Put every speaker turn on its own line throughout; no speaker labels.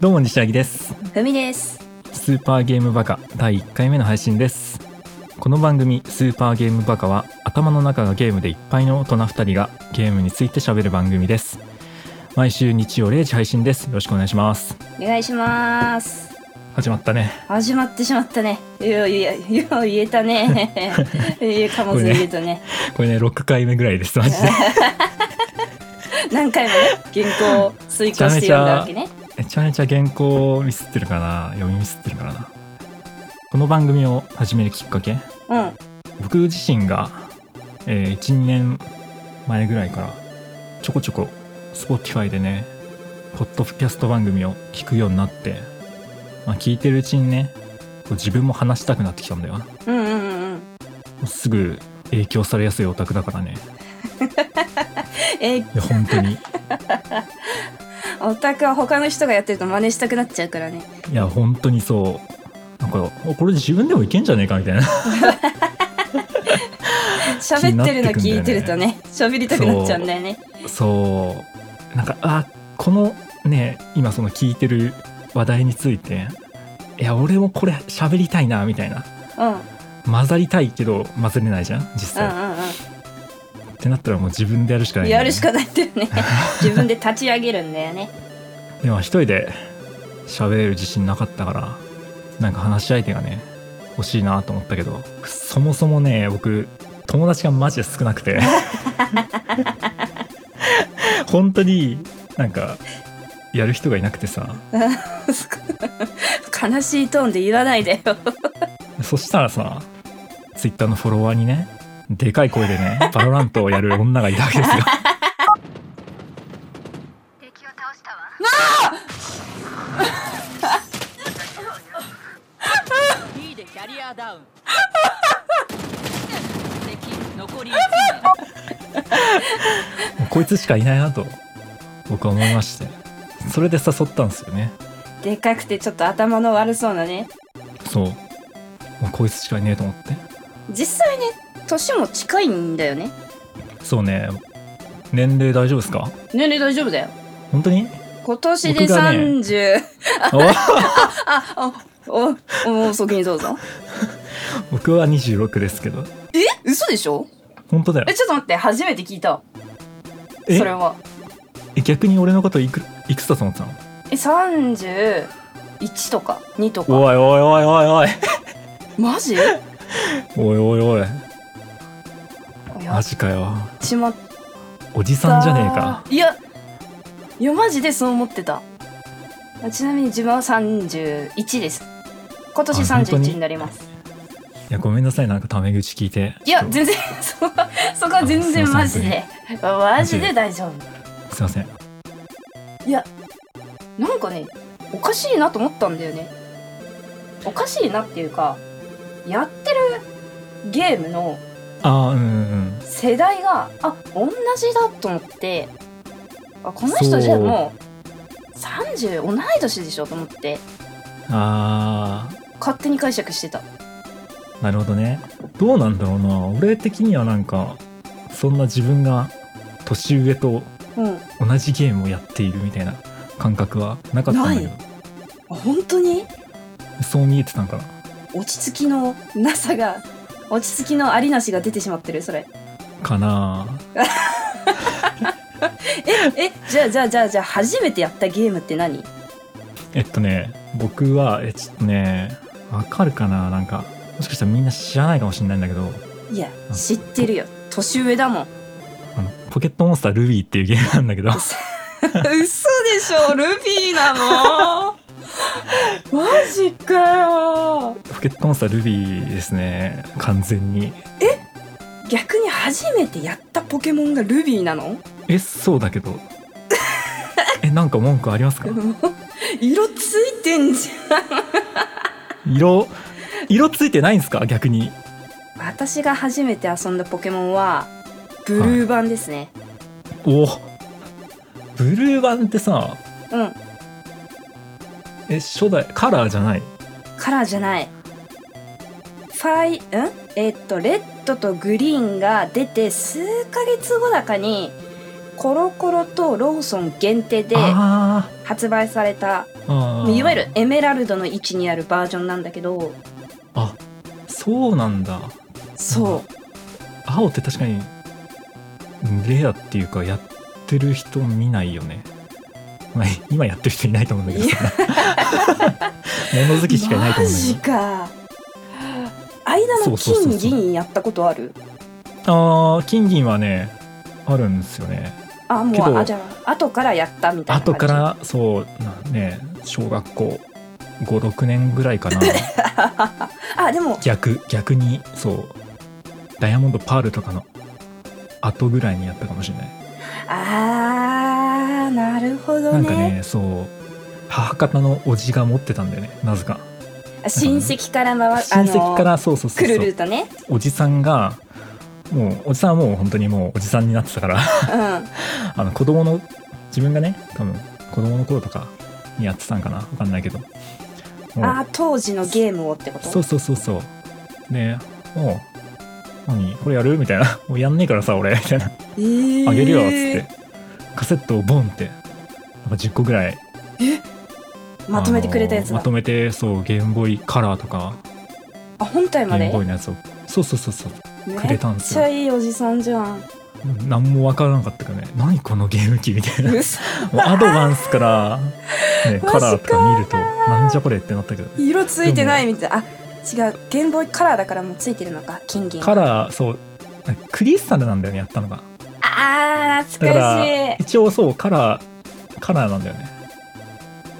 どうも西柳です
ふみです
スーパーゲームバカ第1回目の配信ですこの番組スーパーゲームバカは頭の中がゲームでいっぱいの大人2人がゲームについて喋る番組です毎週日曜0時配信ですよろしくお願いします
お願いします
始まったね
始まってしまったねいやいやいや言えたねいや貨物入れたね
これね6回目ぐらいですマジで
何回もね原稿を遂行して読んだわけね
めちゃめちゃ原稿をミスってるかな読みミスってるからなこの番組を始めるきっかけ
うん
僕自身が、えー、12年前ぐらいからちょこちょこ Spotify でねポッドキャスト番組を聞くようになって、まあ、聞いてるうちにねこう自分も話したくなってきたんだよなも
うんうんうんうん
うすぐ影響されやすいオタクだからね
え
いや本当に
オタクは他の人がやってると真似したくなっちゃうからね
いや本当にそうなんかおこれ自分でもいけんじゃねえかみたいな
喋ってるの聞いてるとね喋りたくなっちゃうんだよね
そうなんかあこのね今その聞いてる話題についていや俺もこれ喋りたいなみたいな
うんうんうん
混ざりたいけど混ぜれないじゃん実際、っ
うん
てなったらもう自分でやるしかないんだよね、
やるしかないんだよね自分で立ち上げるんだよね
でも一人で喋れる自信なかったからなんか話し相手がね欲しいなと思ったけどそもそもね僕友達がマジで少なく て本当になんかやる人がいなくてさ
悲しいトーンで言わないでよ
そしたらさツイッターのフォロワーにねでかい声でねバロラントをやる女がいたわけですよ
敵を倒したわ。
B でキャリアダウン敵残り1名
もうこいつしかいないなと僕は思いましてそれで誘ったんですよね
でかくてちょっと頭の悪そうなね
そうもうこいつしかいねえと思って
実際ね年も近いんだよね
そうね年齢大丈夫ですか
年齢大丈夫だよ
本当 に
今年で
僕がね
30、
お
あおおお先にどうぞ
僕は26ですけど
え嘘でしょ
本当だよ
えちょっと待って初めて聞いた
え
それは
え逆に俺のこといくいくつだと思ってたの
え31とか2とか
おいおいおいおいおい
マジ
おいおいおい
や
マ
っ
ジかよ
ちまっ
おじさ
た
んじゃねえか
いやいやマジでそう思ってたあちなみに自分は31です今年
あ本当に
31になります
いやごめんなさいなんかタメ口聞いて
いや
ちょっと
全然そこそこは全然マジでマジで大丈夫
すいません
なんかねおかしいなと思ったんだよねおかしいなっていうかやってるゲームの
あーうんうん
世代があ同じだと思ってあこの人じゃ
そう
もう30同い年でしょと思って
あー
勝手に解釈してた
なるほどねどうなんだろうな俺的にはなんかそんな自分が年上と
うん
同じゲームをやっているみたいな感覚はなかったんだけ
な
ど
あ本当に
そう見えてたんかな
落ち着きのなさが落ち着きのありなしが出てしまってるそれ
かな
ええじゃあじゃあじゃあじゃあ初めてやったゲームって何
えっとね僕はえちょっとねわかるかななんかもしかしたらみんな知らないかもしれないんだけど
いや知ってるよ年上だもん
あのポケットモンスタールビーっていうゲームなんだけど
嘘でしょルフィなのマジかよ
ポケットモンスタールビーですね完全に
逆に初めてやったポケモンがルビーなの
えそうだけどえなんか文句ありますか
色ついてんじ
色色ついてないんですか逆に
ゃん私が初めて遊んだポケモンはブルー版ですね、
おブルー版ってさ
うん
え初代カラーじゃない
カラーじゃないファイんえっとレッドとグリーンが出て数ヶ月後だかにコロコロとローソン限定で
あ
発売された
ーあー
いわゆるエメラルドの位置にあるバージョンなんだけど
あそうなんだ
そう
青って確かにレアっていうかやってる人見ないよね、まあ、今やってる人いないと思うんだけどさ 物好きしかいないと思
マ
うんだけ
ジ
ど
か間
そ
の
うそうそうそう
金銀やったことある
ああ金銀はねあるんですよね
あ
け
もう
ど
あじゃあ後からやったみたいな
後か
感
らそうなね小学校56年ぐらい かな
じあでも
逆逆にそうダイヤモンドパールとかの後ぐらいにやったかもしれない
あーなるほど
なん
ね
かねそう母方のおじが持ってたんだよねなぜか
親戚から回あ
親
の
戚からそうそうそう
来
そ
る
う
ルートね
おじさんがもうおじさんはもう本当にもうおじさんになってたから
うん
あの子供の自分がね多分子供の頃とかにやってたんかなわかんないけどもう
あー当時のゲームをってこと
そうそうそうそうでもう何これやるみたいな 「もうやんねえからさ俺」みたいな
え
「
ー
あげるよ」っつってカセットをボンってなんか10個ぐらい
まとめてくれたやつ
あの
だ
まとめてそうゲームボーイカラーとか
あ本体
ゲ
ま
ー
で
ムボーイのやつをそうそうそうそうく
め
れ
った
んです
ち
よ
ゃいいおじさんじ ゃん
何もわからなかったからね何このゲーム機みた いなもう
嘘
アドバンスから、 ね、
マジか
カラーとか見るとなんじゃこれってなったけどね
色ついてないみたいなあ違うゲームボーイカラーだからもうついてるのか金銀
カラーそうクリスタルなんだよねやったのが
あー懐
だか
からしい
一応そうカラーカラーなんだよね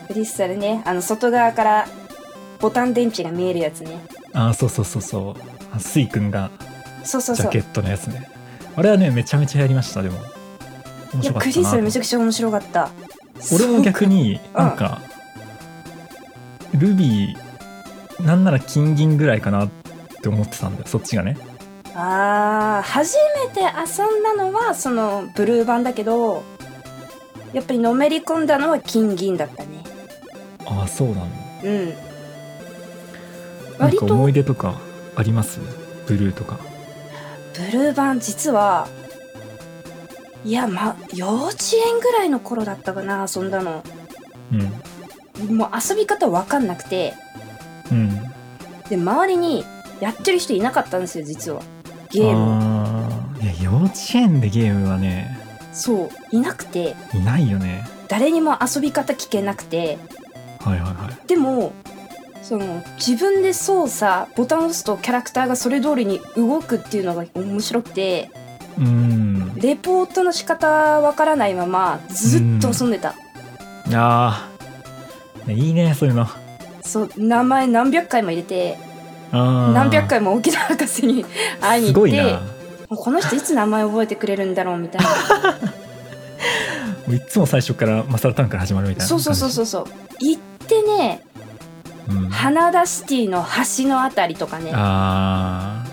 クリスタルねあの外側からボタン電池が見えるやつね
あーそうそうそうそうあスイくんが
そうそう
ジ
そ
ャ
う
ケットのやつねあれはねめちゃめちゃやりましたでも面
いや
白かっ
ク
た
リスタル
な
めちゃくちゃ面白かった
俺も逆に
ん
なんかルビーなんなら金銀ぐらいかなって思ってたんだよそっちがね
あー初めて遊んだのはそのブルー版だけどやっぱりのめり込んだのは金銀だったね
ああそうなの
うん
なん
割
か
と
思い出とかありますブルーとか
ブルー版実はいやま幼稚園ぐらいの頃だったかな遊んだの
うん
もう遊び方わかんなくて
うん
で周りにやってる人いなかったんですよ実はゲーム
あーいや幼稚園でゲームはね
そういなくて
いないよね
誰にも遊び方聞けなくて
はいはいはい
でもその自分で操作ボタンを押すとキャラクターがそれ通りに動くっていうのが面白くて
うん
レポートの仕方わからないままずっと遊んでた、
あーねいいねそういうの
そう名前何百回も入れて
何
何百回も沖縄博 士に会いに
す
行っ
ごい
て
な
もうこの人いつ名前覚えてくれるんだろうみたい な
もういっつも最初からマサルタンから始まるみたいな、
そうそうそうそううそう行ってね
うん、
花田シティの橋のあたりとかね
あ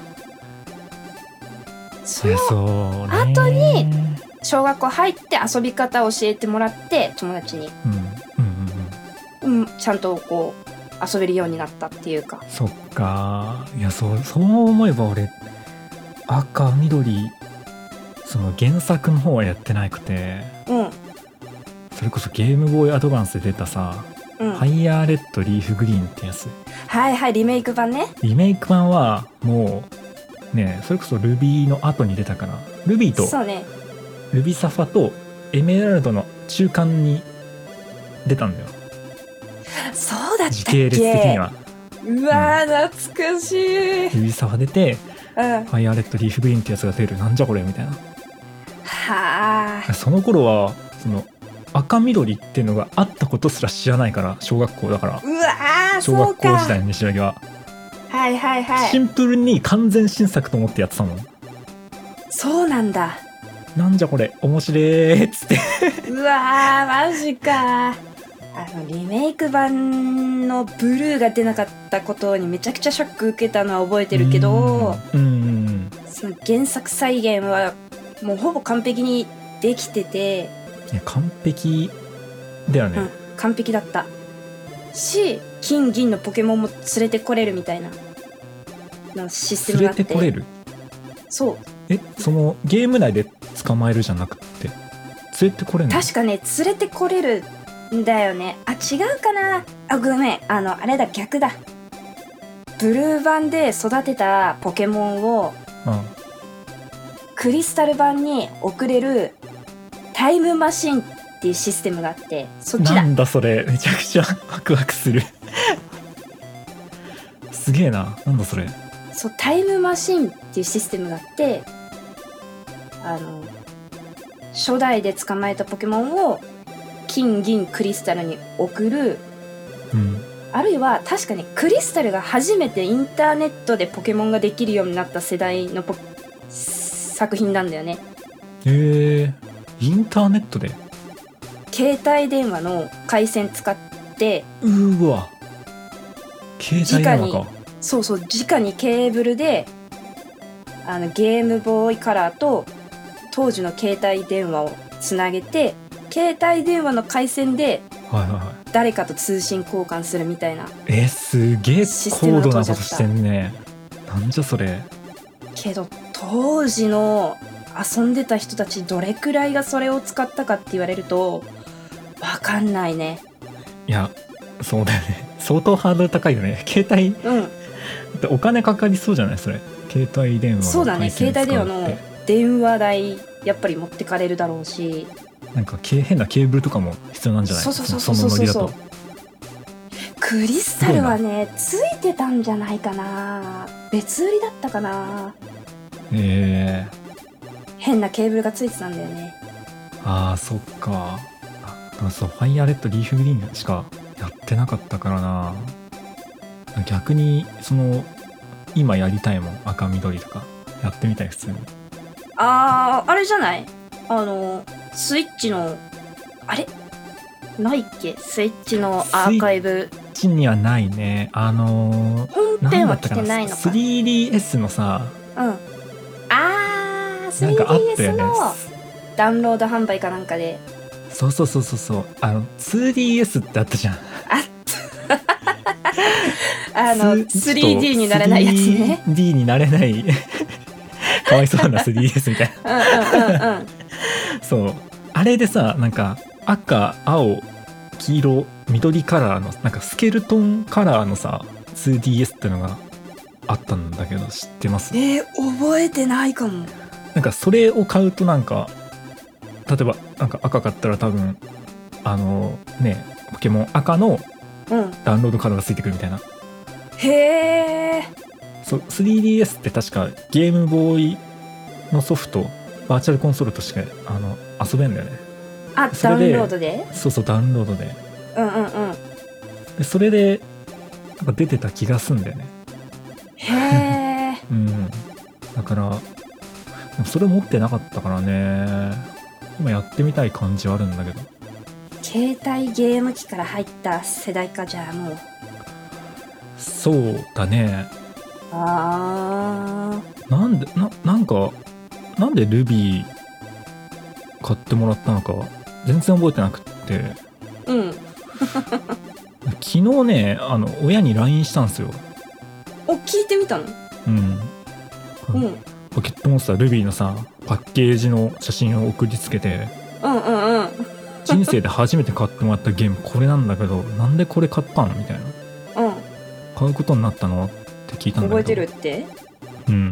そ
ー
の
そうね
後に
うん
小学校入って遊び方を教えてもらって友達に、
うんうんうん
うん、ちゃんとこう遊べるようになったっていうか
そっかいやそうそう思えば俺赤緑その原作の方はやってなくて
うん
それこそゲームボーイアドバンスで出たさ
うん
「フ
はい、
ァイヤーレッドリーフグリーン」ってやつ
はいリメイク版ね
リメイク版はもうねそれこそ Ruby の後に出たから Ruby と
そうね
Ruby サファとエメラルドの中間に出たんだよ
そうだったっけ
時系列的には
うわー懐かしい、うん、
Ruby サファ出て
は
「ファイヤーレッドリーフグリーン」ってやつが出るなんじゃこれみたいな
あ
その頃はその赤緑っていうのがあったことすら知らないから小学校だから
うわー
小
そう
学校時代
か
の西柳は、
はいはいは
シ
い
ンプルに完全新作と思ってやってたもん
そうなんだ
なんじゃこれ面白えっつって
うわーマジかあのリメイク版のブルーが出なかったことにめちゃくちゃショック受けたのは覚えてるけど
うんうん
その原作再現はもうほぼ完璧にできてて、
いや完璧だよね、
うん、完璧だったし金銀のポケモンも連れてこれるみたいなのシステム
連
があ
れ
って
てこれる
そう
えそのゲーム内で捕まえるじゃなくて連れてこれんの
確かね連れてこれるんだよねあ違うかなあごめんあのあれだ逆だブルー版で育てたポケモンを
うん
クリスタル版に送れるタイムマシンっていうシステムがあってそっち
な
だ
んだそれめちゃくちゃ ワクワクするすげえななんだそれ
そうタイムマシンっていうシステムがあってあの初代で捕まえたポケモンを金銀クリスタルに送る
うん
あるいは確かにクリスタルが初めてインターネットでポケモンができるようになった世代のポ作品なんだよね
へえインターネットで
携帯電話の回線使って
うーわ携帯電話
直
か
そうそう直にケーブルであのゲームボーイカラーと当時の携帯電話をつなげて携帯電話の回線で
はいはいはい
誰かと通信交換するみたいな
えすげえ高度なことしてんねなんじゃそれ
けど当時の遊んでた人たちどれくらいがそれを使ったかって言われるとわかんないね
いやそうだよね相当ハードル高いよね携帯
うん
だってお金かかりそうじゃないそれ携帯電話の
そうだね
回線
携
使
帯電話
うっ
の
て
電話代やっぱり持ってかれるだろうし
なんかけ変なケーブルとかも必要なんじゃない
そうそうそう
そ
そうそう
のノ
そう
リだと
クリスタルはねついてたんじゃないかな別売りだったかな
ええ
変なケーブルがついてたんだよね
あーそっかあでもそうファイアレッドリーフグリーンしかやってなかったからな逆にその今やりたいもん赤緑とかやってみたい普通に
あーあれじゃないあのスイッチのあれないっけスイッチのアーカイブ
こっちにはないねあのー
本
な
編
んだ
は
った
来
か
て
な
ないのか
3DS のさ
うんあー
なんかあったよね
3DS のダウンロード販売かなんかで
そうそうそうそうそうあの 2DS ってあったじゃん
あの
す
3D になれないやつね
3D になれない かわいそうな 3DS みたい
うんうんう んうん
なそうあれでさなんか赤青黄色緑カラーのなんかスケルトンカラーのさ 2DS ってのがあったんだけど知ってます
えー、覚えてないかも
なんかそれを買うとなんか例えばなんか赤かったら多分あのねポケモン赤の
うん
ダウンロードカードがついてくるみたいな
へえ
そう 3DS って確かゲームボーイのソフトバーチャルコンソールとしてあの遊べんだよね
あ
そ
ダ
れ
ウ
で
ンロードで
そうそうダウンロードで
うんうんうん
でそれでなんか出てた気がすんだよね
へえ
うんだからでもそれ持ってなかったからね今やってみたい感じはあるんだけど
携帯ゲーム機から入った世代かじゃあもう
そうだね
あ
なんでななんかなんでルビー買ってもらったのか全然覚えてなくって
ーうん
昨日ねあの親に LINE したんですよ
お聞いてみたの
うん、
うんうん
ポケットモンスタールビーのさパッケージの写真を送りつけて
うんうん
人生で初めて買ってもらったゲームこれなんだけどなんでこれ買ったのみたいな
うん
買うことになったのって聞いたんだけど
覚えてるって
うん
うん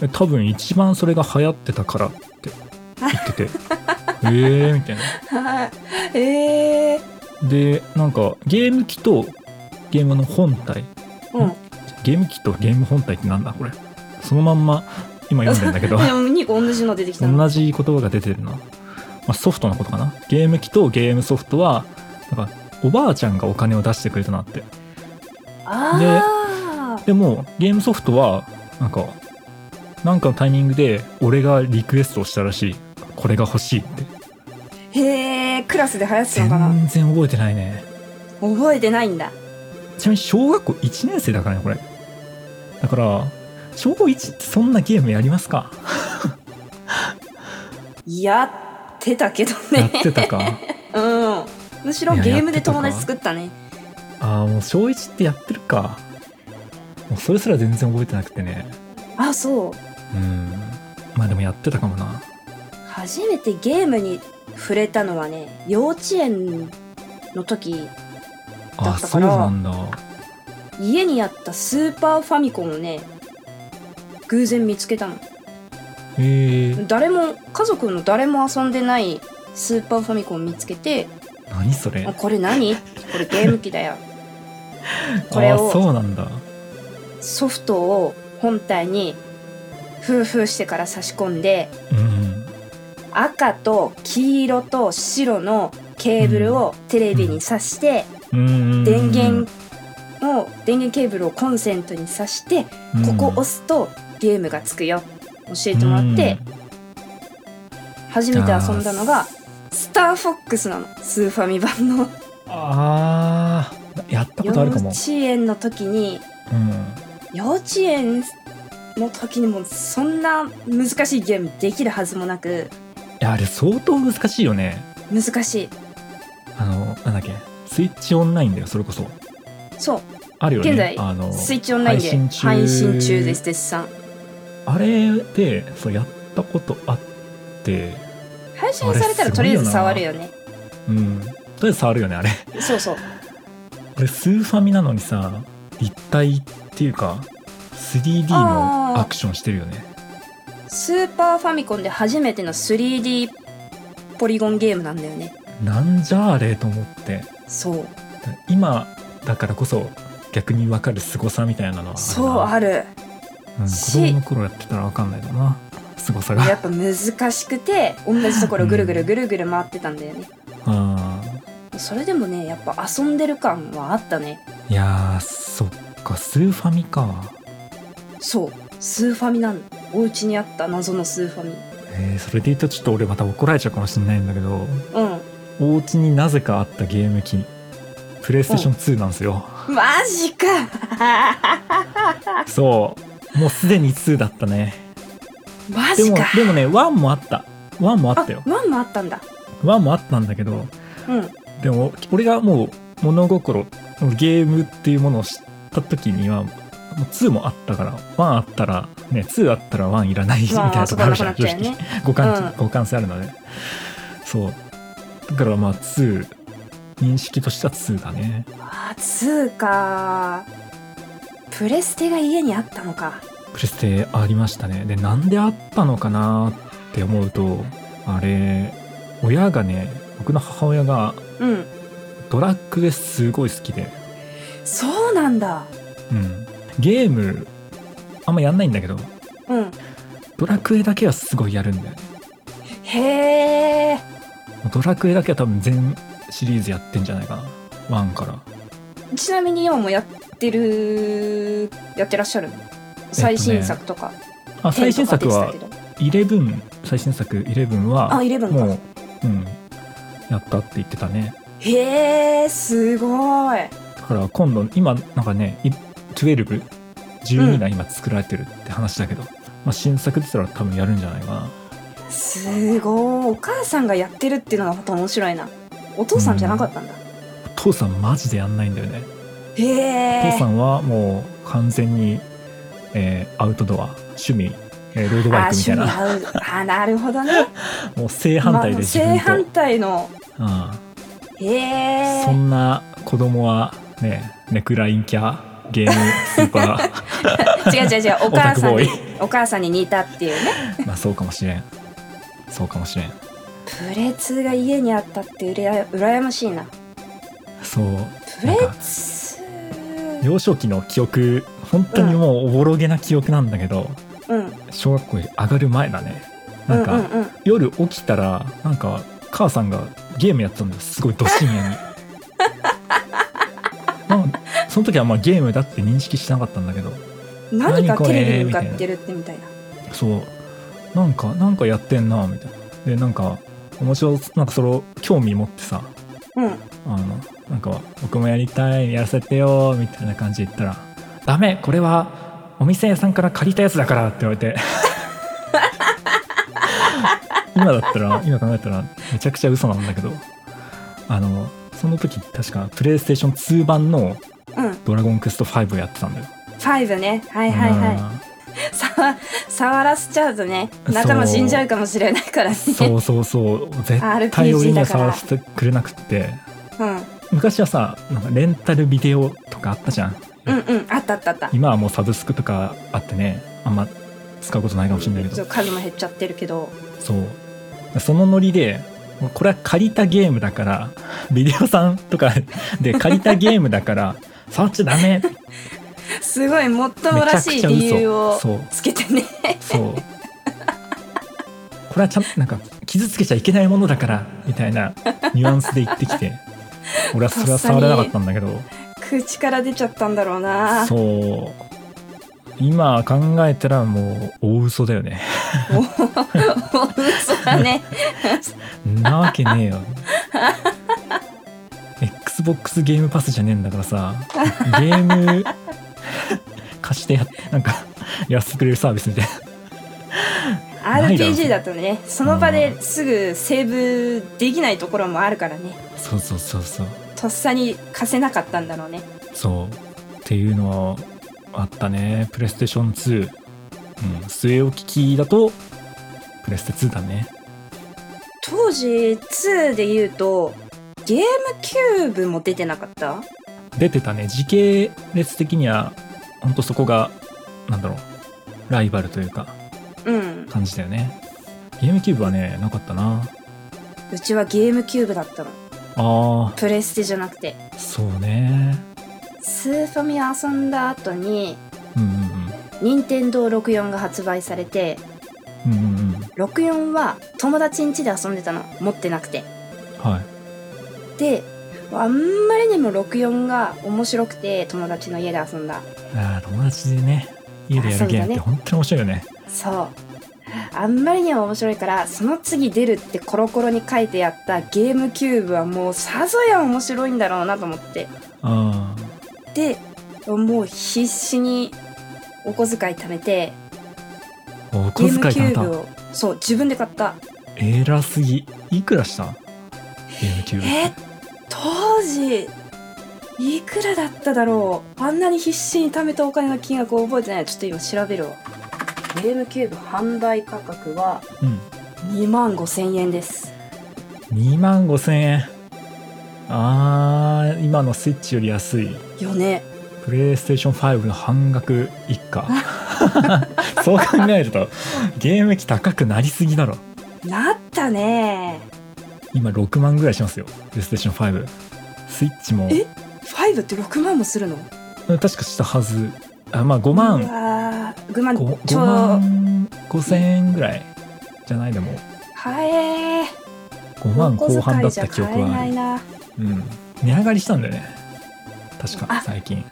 で多分一番それが流行ってたからって言ってて えーみたいな
はいええ
でなんかゲーム機とゲームの本体
うん
ゲーム機とゲーム本体ってなんだこれそのまんま今読んでんだけ ど
でも2個同じの出てきたの
同じ言葉が出てるな、まあ、ソフトのことかなゲーム機とゲームソフトはなんかおばあちゃんがお金を出してくれたなって
ああ
でもゲームソフトはなんかなんかのタイミングで俺がリクエストをしたらしいこれが欲しいって
へえクラスで流行ってた
全
のかな
然覚えてないね
覚えてないんだ
ちなみに小学校1年生だからねこれだから小1ってそんなゲームやりますか
やってたけど
や
ね
ってたか
うんむしろ
いや
ゲーム
やっ
で
てたか
友達作ったね
ああもう小1ってやってるかもうそれすら全然覚えてなくてね
あそう
うんまあでもやってたかもな
初めてゲームに触れたのはね幼稚園の時だ
あ
った
そ
か
う
ら
なんだ
家にあったスーパーファミコンをね偶然見つけたの
へえ
誰も家族の誰も遊んでないスーパーファミコンを見つけて
何そ
「
れ
あこれ何これゲーム機だよ」これ
あ
を
そうなんだ
ソフトを本体にフーフーしてから差し込んで
うんうん
赤と黄色と白のケーブルをテレビに挿して、
うんうんうん
電源を電源ケーブルをコンセントに挿して、ここを押すとゲームがつくよ教えてもらって、初めて遊んだのがスターフォックスなのスーファミ版の
うんあーやったこ
幼
とあるか
稚
も、
園の時に
うん、
幼稚園の時にもそんな難しいゲームできるはずもなく
いやあれ相当難しいよね
難しい
あのなんだっけスイッチオンラインだよそれこそ
そう
あるよね
現在
あの
スイッチオンラインで
配信中
配信中です絶賛
あれでそうやったことあって
配信されたらとりあえず触るよね
うんとりあえず触るよねあれ
そうそう
これスーファミなのにさ立体っていうか 3D のアクションしてるよね
スーパーファミコンで初めての 3D ポリゴンゲームなんだよね
なんじゃあれと思って
そう
今だからこそ逆に分かる凄さみたいなのは
そう
あ
ある
るなうん、子
し
供の頃やってたら分かんないだろうな凄さが
やっぱ難しくて同じところぐるぐるぐるぐる回ってたんだよね
あ
それでもねやっぱ遊んでる感はあったね
ーいやーそっかスーファミか
そうスーファミなのお家にあった謎のスーファミ
えーそれで言うとちょっと俺また怒られちゃうかもしれないんだけど
う
お家になぜかあったゲーム機プレイステーション2なんですよ、
んマジか
そうもうすでに2だったね
マ
で
ジ
も
か
でもね1もあった1もあ
あ
ったよ
ワンもあったんだ
1もあったんだけど
うん
でも俺がもう物心ゲームっていうものを知った時にはもう2もあったから1あったらね2あったら1いらないみたい
まあ
なとこある
遊
じ
ば
ゃ
なんく
正
なっちゃう
直
よね
互換,、
うん
互換性あるのでそうだからまあ2認識としては2だね
あつうかプレステが家にあったのか
プレステありましたねでなんであったのかなって思うとあれ親がね僕の母親が
うん
ドラッグですごい好きで
そうなんだ
うん、ゲームあんまやんないんだけど
うん
ドラクエだけはすごいやるんだよね
へえ
ドラクエだけは多分全シリーズやってんじゃないかな1から
ちなみに今もやってるやってらっしゃるの最新作とか,、
あ最新作は
10とか出てたけど
11最新作11
あ
は
11
も
か
ううんやったって言ってたね
へえすごい
だから今度今なんかねい1212が今作られてるって話だけど、まあ、新作出たら多分やるんじゃないかな
すごいお母さんがやってるっていうのがまた面白いなお父さんじゃなかったんだ、
お父さんマジでやんないんだよね
へ
お父さ
え
んはもう完全に、えーアウトドア趣味、えーロードバイクみたいな
あ趣味合うあなるほどね
もう正反対で自
まあ
分
正反
と、
対の
う
へ
ん
え
そんな子供はねネクラインキャゲームスー パ
違う違う違 うお
ーオタ
母
ク
さん
ボー
に
イ
お母さんに似たっていうね
まあそうかもしれんそうかもしれん
プレツが家にあったってうらや羨ましいな
そう
プ
なん
レ
か
ツ
幼少期の記憶本当にもうおぼろげな記憶なんだけど、
うん
小学校に上がる前だねなんか、
うんうんうん、
夜起きたらなんか母さんがゲームやってたんですすごいド深夜にまあその時はまあゲームだって認識してなかったんだけど
何か
何これ
テレビに向かってるってみたいな
そうなんかなんかやってんなみたいなでなんか面白そうなんかそれを興味持ってさ
うん
あのなんか僕もやりたいやらせてよみたいな感じで言ったら「ダメこれはお店屋さんから借りたやつだから」って言われ て今だったら今考えたらめちゃくちゃ嘘なんだけどあのその時確かプレイステーション2版の
うん
「ドラゴンクエスト5」をやってたんだよ
5ねはいはいはいさ 触らせちゃうとね仲間死んじゃうかもしれないからね
そうそうそう絶対
RPG
俺には
だから
触らせてくれなくって
うん、
昔はさなんかレンタルビデオとかあったじゃん
うんうんあったあったあった
今はもうサブスクとかあってねあんま使うことないかもしれないけ
ちょ
ど
っと数も減っちゃってるけど
そうそのノリでこれは借りたゲームだから ビデオさんとかで借りたゲームだから 触っちゃダメ
すごいもっともらしい理由を
そう
つけてね
そうこれはちゃんなんか傷つけちゃいけないものだからみたいなニュアンスで言って きて俺はそれは触れなかったんだけど
口から出ちゃったんだろうな
そう今考えたらもう大嘘だよね
嘘 だね
なわけねえよ XBOX ゲームパスじゃねえんだからさゲーム貸してやなんかやってくれるサービスみたいな
RPG だとねその場ですぐセーブできないところもあるからね
そうそうそうそう
とっさに貸せなかったんだろうね
そうっていうのはあったねプレイステーション2、うん、据え置き機だとプレステ2だね
当時2で言うとゲームキューブも出てなかった
出てたね時系列的にはほんとそこがなんだろうライバルというか
うん
感じだよねゲームキューブはねなかったな
うちはゲームキューブだったの
あ
プレステじゃなくて
ーそうね
スーファミ遊んだ後に
うん
任天堂64が発売されて
うんうんうんうんうん
64は友達ん家で遊んでたの持ってなくて
はい
であんまりにも64が面白くて友達の家で遊んだ
あー友達でね家でやるゲームって本当に面白いよね
そうあんまりにも面白いからその次出るってコロコロに書いてやったゲームキューブはもうさぞや面白いんだろうなと思って
あ
でもう必死にお小遣い貯めて
あお
ゲ
小
ーム
遣い
キ
ため
ュ
た
ーブをそう自分で買った
偉すぎいくらしたゲームキューブ
え当時いくらだっただろうあんなに必死に貯めたお金の金額を覚えてないちょっと今調べるわゲームキューブ販売価格は
うん
2万5千円です
2万5千円あー今のスイッチより安い
よね
プレイステーション5の半額以 下そう考えるとゲーム機高くなりすぎだろ
なったね
今6万ぐらいしますよプレイステーション5スイッチも
え5って6万もするの
うん確かしたはずあまあ5
う
万
わー5万
5,
ちょ
万5千円ぐらいじゃないでも
はえー
5万後半だった記憶
お小遣いじゃ
はある、
買えないな
うん、値上がりしたんだよね確か
あ
最近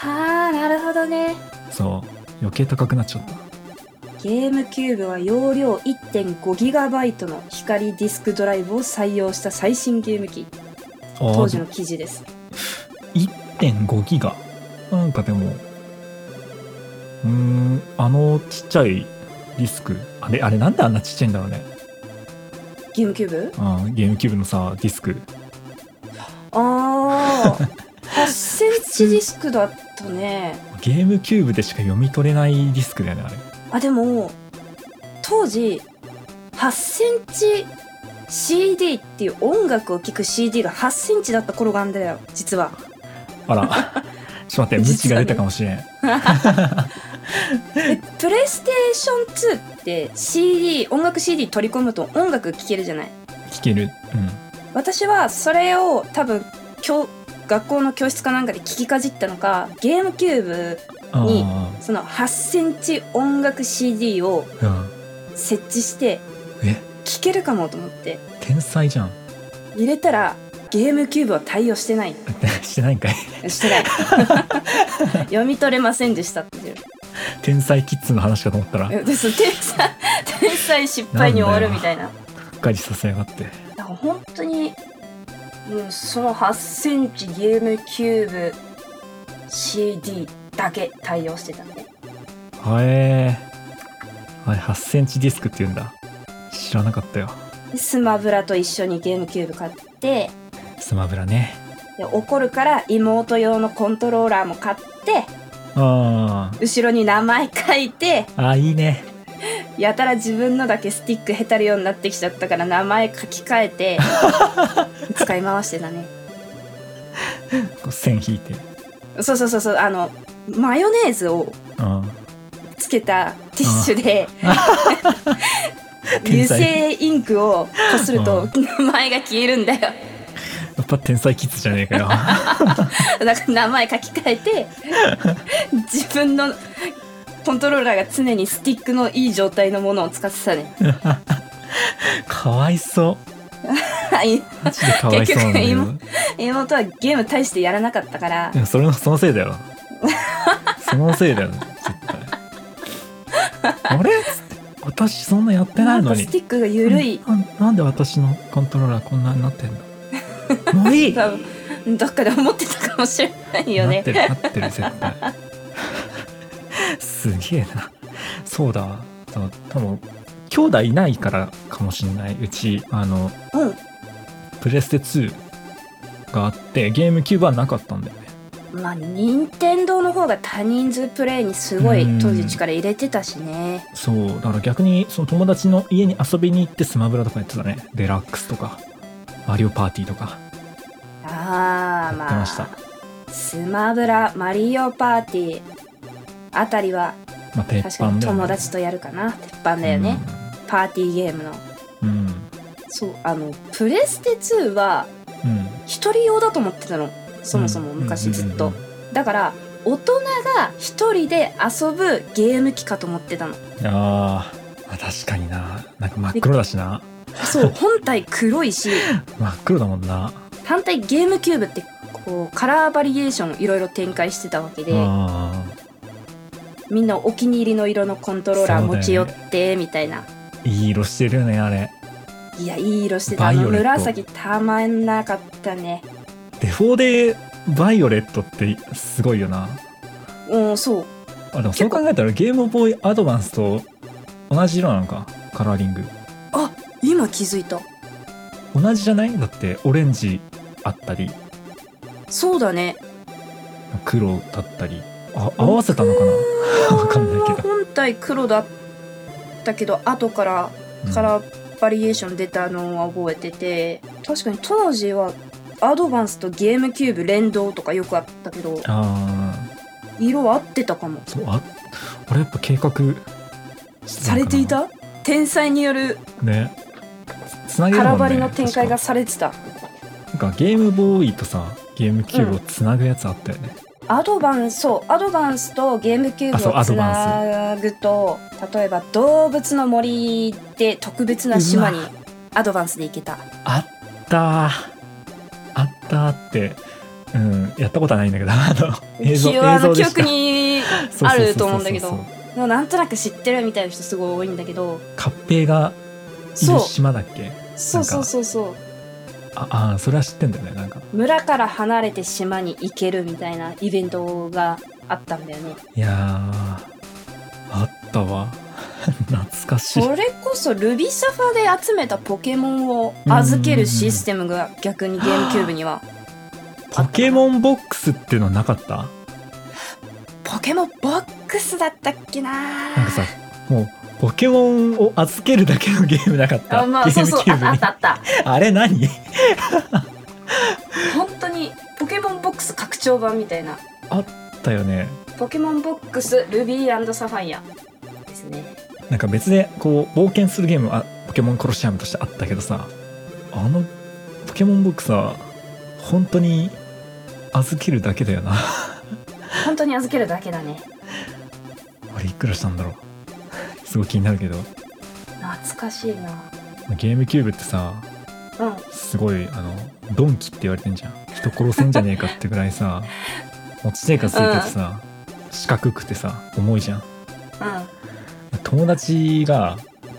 はあなるほどね
そう余計高くなっちゃった
ゲームキューブは容量 1.5GB の光ディスクドライブを採用した最新ゲーム機当時の記事です
1.5ギガなんかでもうーんあのちっちゃいディスクあれあれなんであんなちっちゃいんだろうね
ゲームキューブ
あーゲームキューブのさディスク
ああ8センチディスクだったね
ゲームキューブでしか読み取れないディスクだよねあれ
あでも当時8センチ CD っていう音楽を聴く CD が8センチだった頃があんだよ実は
あ らちょっと待って無知が出たかもしれん、
えプレイステーション2って CD 音楽 CD 取り込むと音楽聴けるじゃない
聞けるうん
私はそれを多分教学校の教室かなんかで聞きかじったのかゲームキューブに
あ
その8センチ音楽 CD を
あ、うん、
設置して
え
聴けるかもと思って
天才じゃん
入れたらゲームキューブは対応してない
してないん かい
してない読み取れませんでしたっていう
天才キッズの話かと思ったらがっ
えでそう天才天才失敗に終わるみたいな
かりさせやがって
だから本当に、うん、その8センチゲームキューブ CD だけ対応してたね
はえー、あれ8センチディスクって言うんだ知らなかったよ
でスマブラと一緒にゲームキューブ買って
スマブラね
で怒るから妹用のコントローラーも買って
あー
後ろに名前書いて
あーいいね
やたら自分のだけスティックへたるようになってきちゃったから名前書き換えて使い回してたね
こう線引いて
そうそうそうそうあのマヨネーズを
あ
つけたティッシュで
天
油
才
性インクをこすると名前が消えるんだよ
ーやっぱ天才キッズじゃねえかよ
だから名前書き換えて自分のコントローラーが常にスティックのいい状態のものを使ってたね
かわいそう
はい
マジでかわいそうなんだけど
結妹はゲーム大してやらなかったから
でもそれのそのせいだよそのせいだよ絶対あれっつって私そんなやってないの
ん
に
かスティックが緩い
ななんで私のコントローラーこんなになってんだもういい
多分どっかで思ってたかもしれないよ
なっ
ね
てるなってる絶対すげえなそうだわそう多分兄弟いないからかもしんないうちあの
うん
プレステ2があってゲームキューブはなかったんだよね
まあ任天堂の方が多人数プレイにすごい当時力入れてたしね
そうだから逆にその友達の家に遊びに行ってスマブラとかやってたねデラックスとかマリオパーティーとか
ああ
やって
ま
ました、
あスマブラマリオパーティーあたりは
まあ、鉄
確
板だ
か
よ
に
ね
友達とやるかな鉄板だよね、パーティーゲームの
うんうん、
そうあのプレステ2は
うん
一人用だと思ってたのそもそも昔ずっと、
うんうんうん
だから大人が一人で遊ぶゲーム機かと思ってたの
うんあーあ確かにななんか真っ黒だしな
そう 本体黒いし
真っ黒だもんな
反対ゲームキューブってこうカラーバリエーションいろいろ展開してたわけで
あ
みんなお気に入りの色のコントローラー
そうだよね
持ち寄ってみたいな、
ーいい色してるよねあれ
いやいい色してたあ
バイ
の
オレット
紫たまんなかったね
デフォでバイオレットってすごいよな
うんそう
あでもそう考えたらゲームボーイアドバンスと同じ色なのかカラーリング
あ今気づいた
同じじゃないだってオレンジあったり
そうだね
黒だったりあ合わせたのかなわかんないけど、
本体黒だったけど後から
うん
カラーバリエーション出たのは覚えてて確かに当時はアドバンスとゲームキューブ連動とかよくあったけど
ああ
色合ってたかも
そうああれやっぱ計画してた
さ
のかな
れていた天才による
ねつなげるもんね
カラバリの展開が
確
されてた
かなんかゲームボーイとさゲームキューブをつなぐやつあったよね、
アドバンスそうアドバンスとゲームキューブ
あ
を
そ
つ
うアド
なぐと例えば動物の森で特別な島に
うわ
アドバンスで行けた
あったーあったーってうんやったことはないんだけどあの映像映
記あ
像
の記
でし
憶
か
に
そうそうそうそう
あると思うんだけどのなんとなく知ってるみたいな人すごい多いんだけど
カッペイがい
そ
る
う
島だっけ
そうそうそうそう
ああーそれは知ってんだよねなんか
村から離れて島に行けるみたいなイベントがあったんだよね
いやーあった わ懐かしい
それこそルビサファで集めたポケモンを預けるシステムが逆にゲームキューブには
ポケモンボックスっていうのなかった
ポケモンボックスだったっけな
なんかさもうポケモンを預けるだけのゲームなかった
あまあ
ゲー
そう
ム
そう
キューブに
ああったあった
あれ何
本当にポケモンボックス拡張版みたいな
あったよね
ポケモンボックスルビーサファイアですね
なんか別でこう冒険するゲームはポケモンコロシアムとしてあったけどさあのポケモンボックスは本当に預けるだけだよな
本当に預けるだけだね
あれいくらしたんだろうすごい気になるけど
懐かしいな
ゲームキューブってさ
うん
すごいあのドンキって言われてんじゃん人殺せんじゃねえかってぐらい さ持ち生活するとさ、四角くてさ重いじゃん
うん
友達が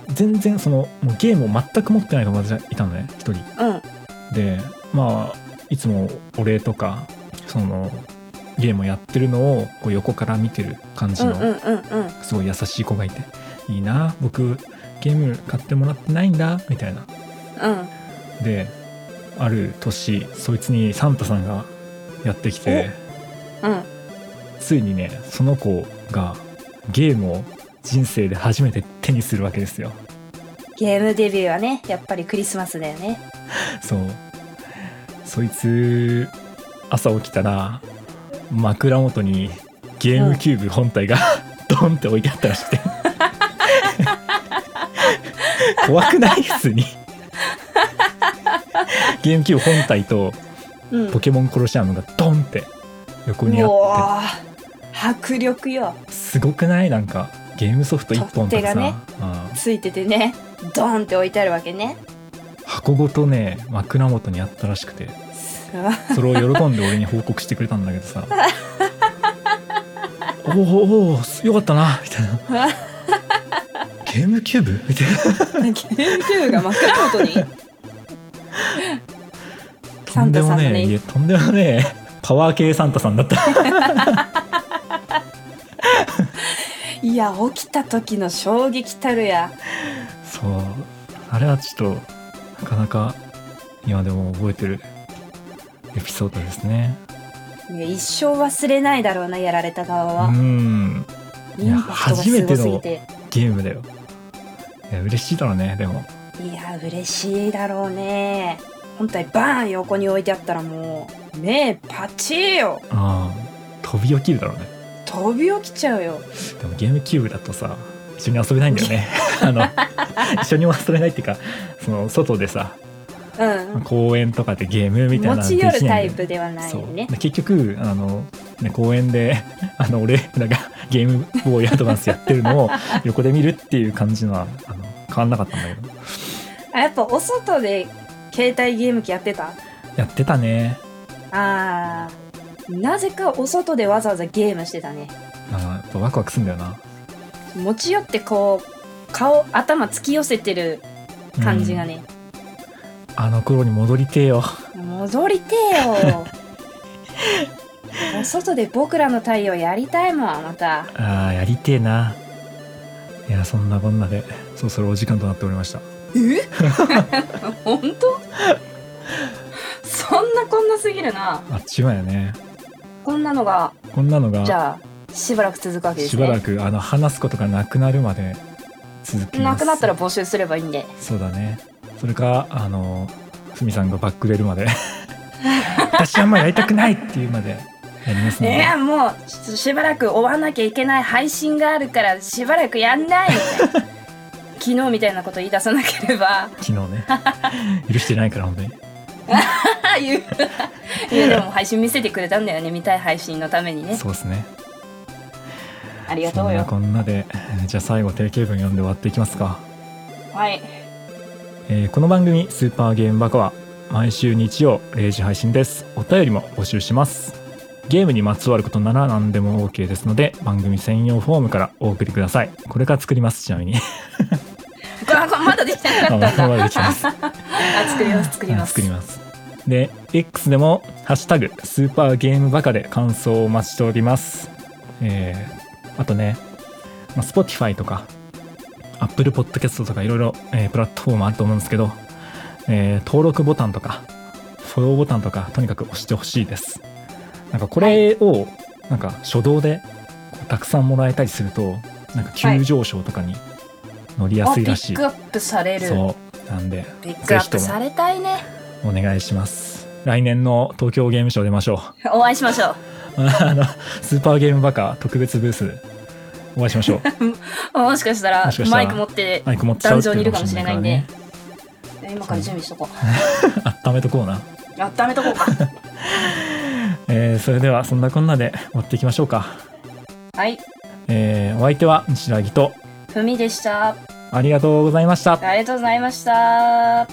全然そのもうゲームを全く持ってない友達がいたのね一人
うん
でまあいつもお礼とかそのゲームをやってるのをこう横から見てる感じ
うんう
の
んうんうん
すごい優しい子がいて「いいな僕ゲーム買ってもらってないんだ」みたいな
うん
である年そいつにサンタさんがやってきて
うん
ついにねその子がゲームを人生で初めて手にするわけですよ
ゲームデビューはねやっぱりクリスマスだよね
そうそいつ朝起きたら枕元にゲームキューブ本体が ドンって置いてあったらしくて怖くない普通にゲームキューブ本体と
うん
ポケモンコロシアムがドンって横にあ
う
っ
わー迫力よ
てすごくないなんかゲームソフト1本とかさ、
取っ手がね
うん
ついててねドンって置いてあるわけ ね
箱ごとね枕元にあったらしくて
すごい
それを喜んで俺に報告してくれたんだけど さ「おおおーよかったな」みたいな 「ゲームキューブ?」みたいな
ゲームキューブが枕元に
と
サ
ん
ン
で
タ
も
さん
ね
の
え
ね
いやとんでもねえパワー系サンタさんだった
いや起きた時の衝撃たるや
そうあれはちょっとなかなか今でも覚えてるエピソードですね
いや一生忘れないだろうなやられた側
う
は、
ん
インパクトがすごすぎて
ゲームだよいや嬉しいだろうねでも
いや嬉しいだろうね本体バーン横に置いてあったらもう目パチーよ
あー飛び起きるだろうね
飛び起きちゃうよ
でもゲームキューブだとさ一緒に遊べないんだよ ねあの一緒にも遊べないっていうかその外でさ
うん
公園とかでゲームみたいなの
持ち寄る
できな
タ
い
イ
んだよ
プではない
そう
よね
で結局あの、ね、公園で あの俺らがゲームボーイアドバンスやってる のを横で見るっていう感じのはあの変わんなかったんだけど
あやっぱお外で携帯ゲーム機やってた
やってたね
あーなぜかお外でわざわざゲームしてたね
あのやっぱワクワクするんだよな
持ち寄ってこう顔頭突き寄せてる
うん
感じがね、
あの頃に戻りてえよ
戻りてえよお外で僕らの太陽やりたいもんまた
あーやりてえないやそんなこんなでそろそろお時間となっておりました
え本当そんなこんなすぎるな
あっちまやね
こんなのが
こんなのが
じゃあしばらく続くわけです
し
ね
ばらくあの話すことがなくなるまで続きま
な
す
くなったら募集すればいいんで
そうだねそれかあのふみさんがバック出るまで 私はもうやりたくないっていうまでやります
い
ね
やもうちょっとしばらく終わんなきゃいけない配信があるからしばらくやんない みたいな昨日みたいなこと言い出さなければ
昨日ね許してないから本当に
言ういやでも配信見せてくれたんだよね見たい配信のためにね
そうですね
ありがと
そ
うん
な
よ
こんなでえーじゃあ最後定型文読んで終わっていきますか
はい
えーこの番組「スーパーゲームバカ」は毎週日曜0時配信ですお便りも募集しますゲームにまつわることなら何でも OK ですので番組専用フォームからお送りくださいこれから作りますちなみに
これこれまだできてなかったんだ
あまだできてます
あ作ります作りま
あ
す
作りますで X でも「ハッシュタグスーパーゲームバカ」で感想をお待ちしておりますえーあとね、まあ、Spotify とか Apple Podcast とかいろいろえープラットフォームあると思うんですけど、えー登録ボタンとかフォローボタンとかとにかく押してほしいですなんかこれをなんか初動でこうたくさんもらえたりするとなんか急上昇とかに乗りやすいらしい、
あピックアップされる
そうなんで
ピックアッ
ぜひ
プ
とも
されたいね
お願いします来年の東京ゲームショウ出ましょ
お会いしましょ
う あのスーパーゲームバカ特別ブースでお会いしま しょう
うもしかしたら
もしかしたら
マイク持って
マイク持ってた
壇上にいるかもしれないんで今から準備しとこう
温めとこうな、
温めとこうか
えーそれではそんなこんなで終わっていきましょうか、
はい
えーお相手は西田木と
ふみでした
ありがとうございました
ありがとうございました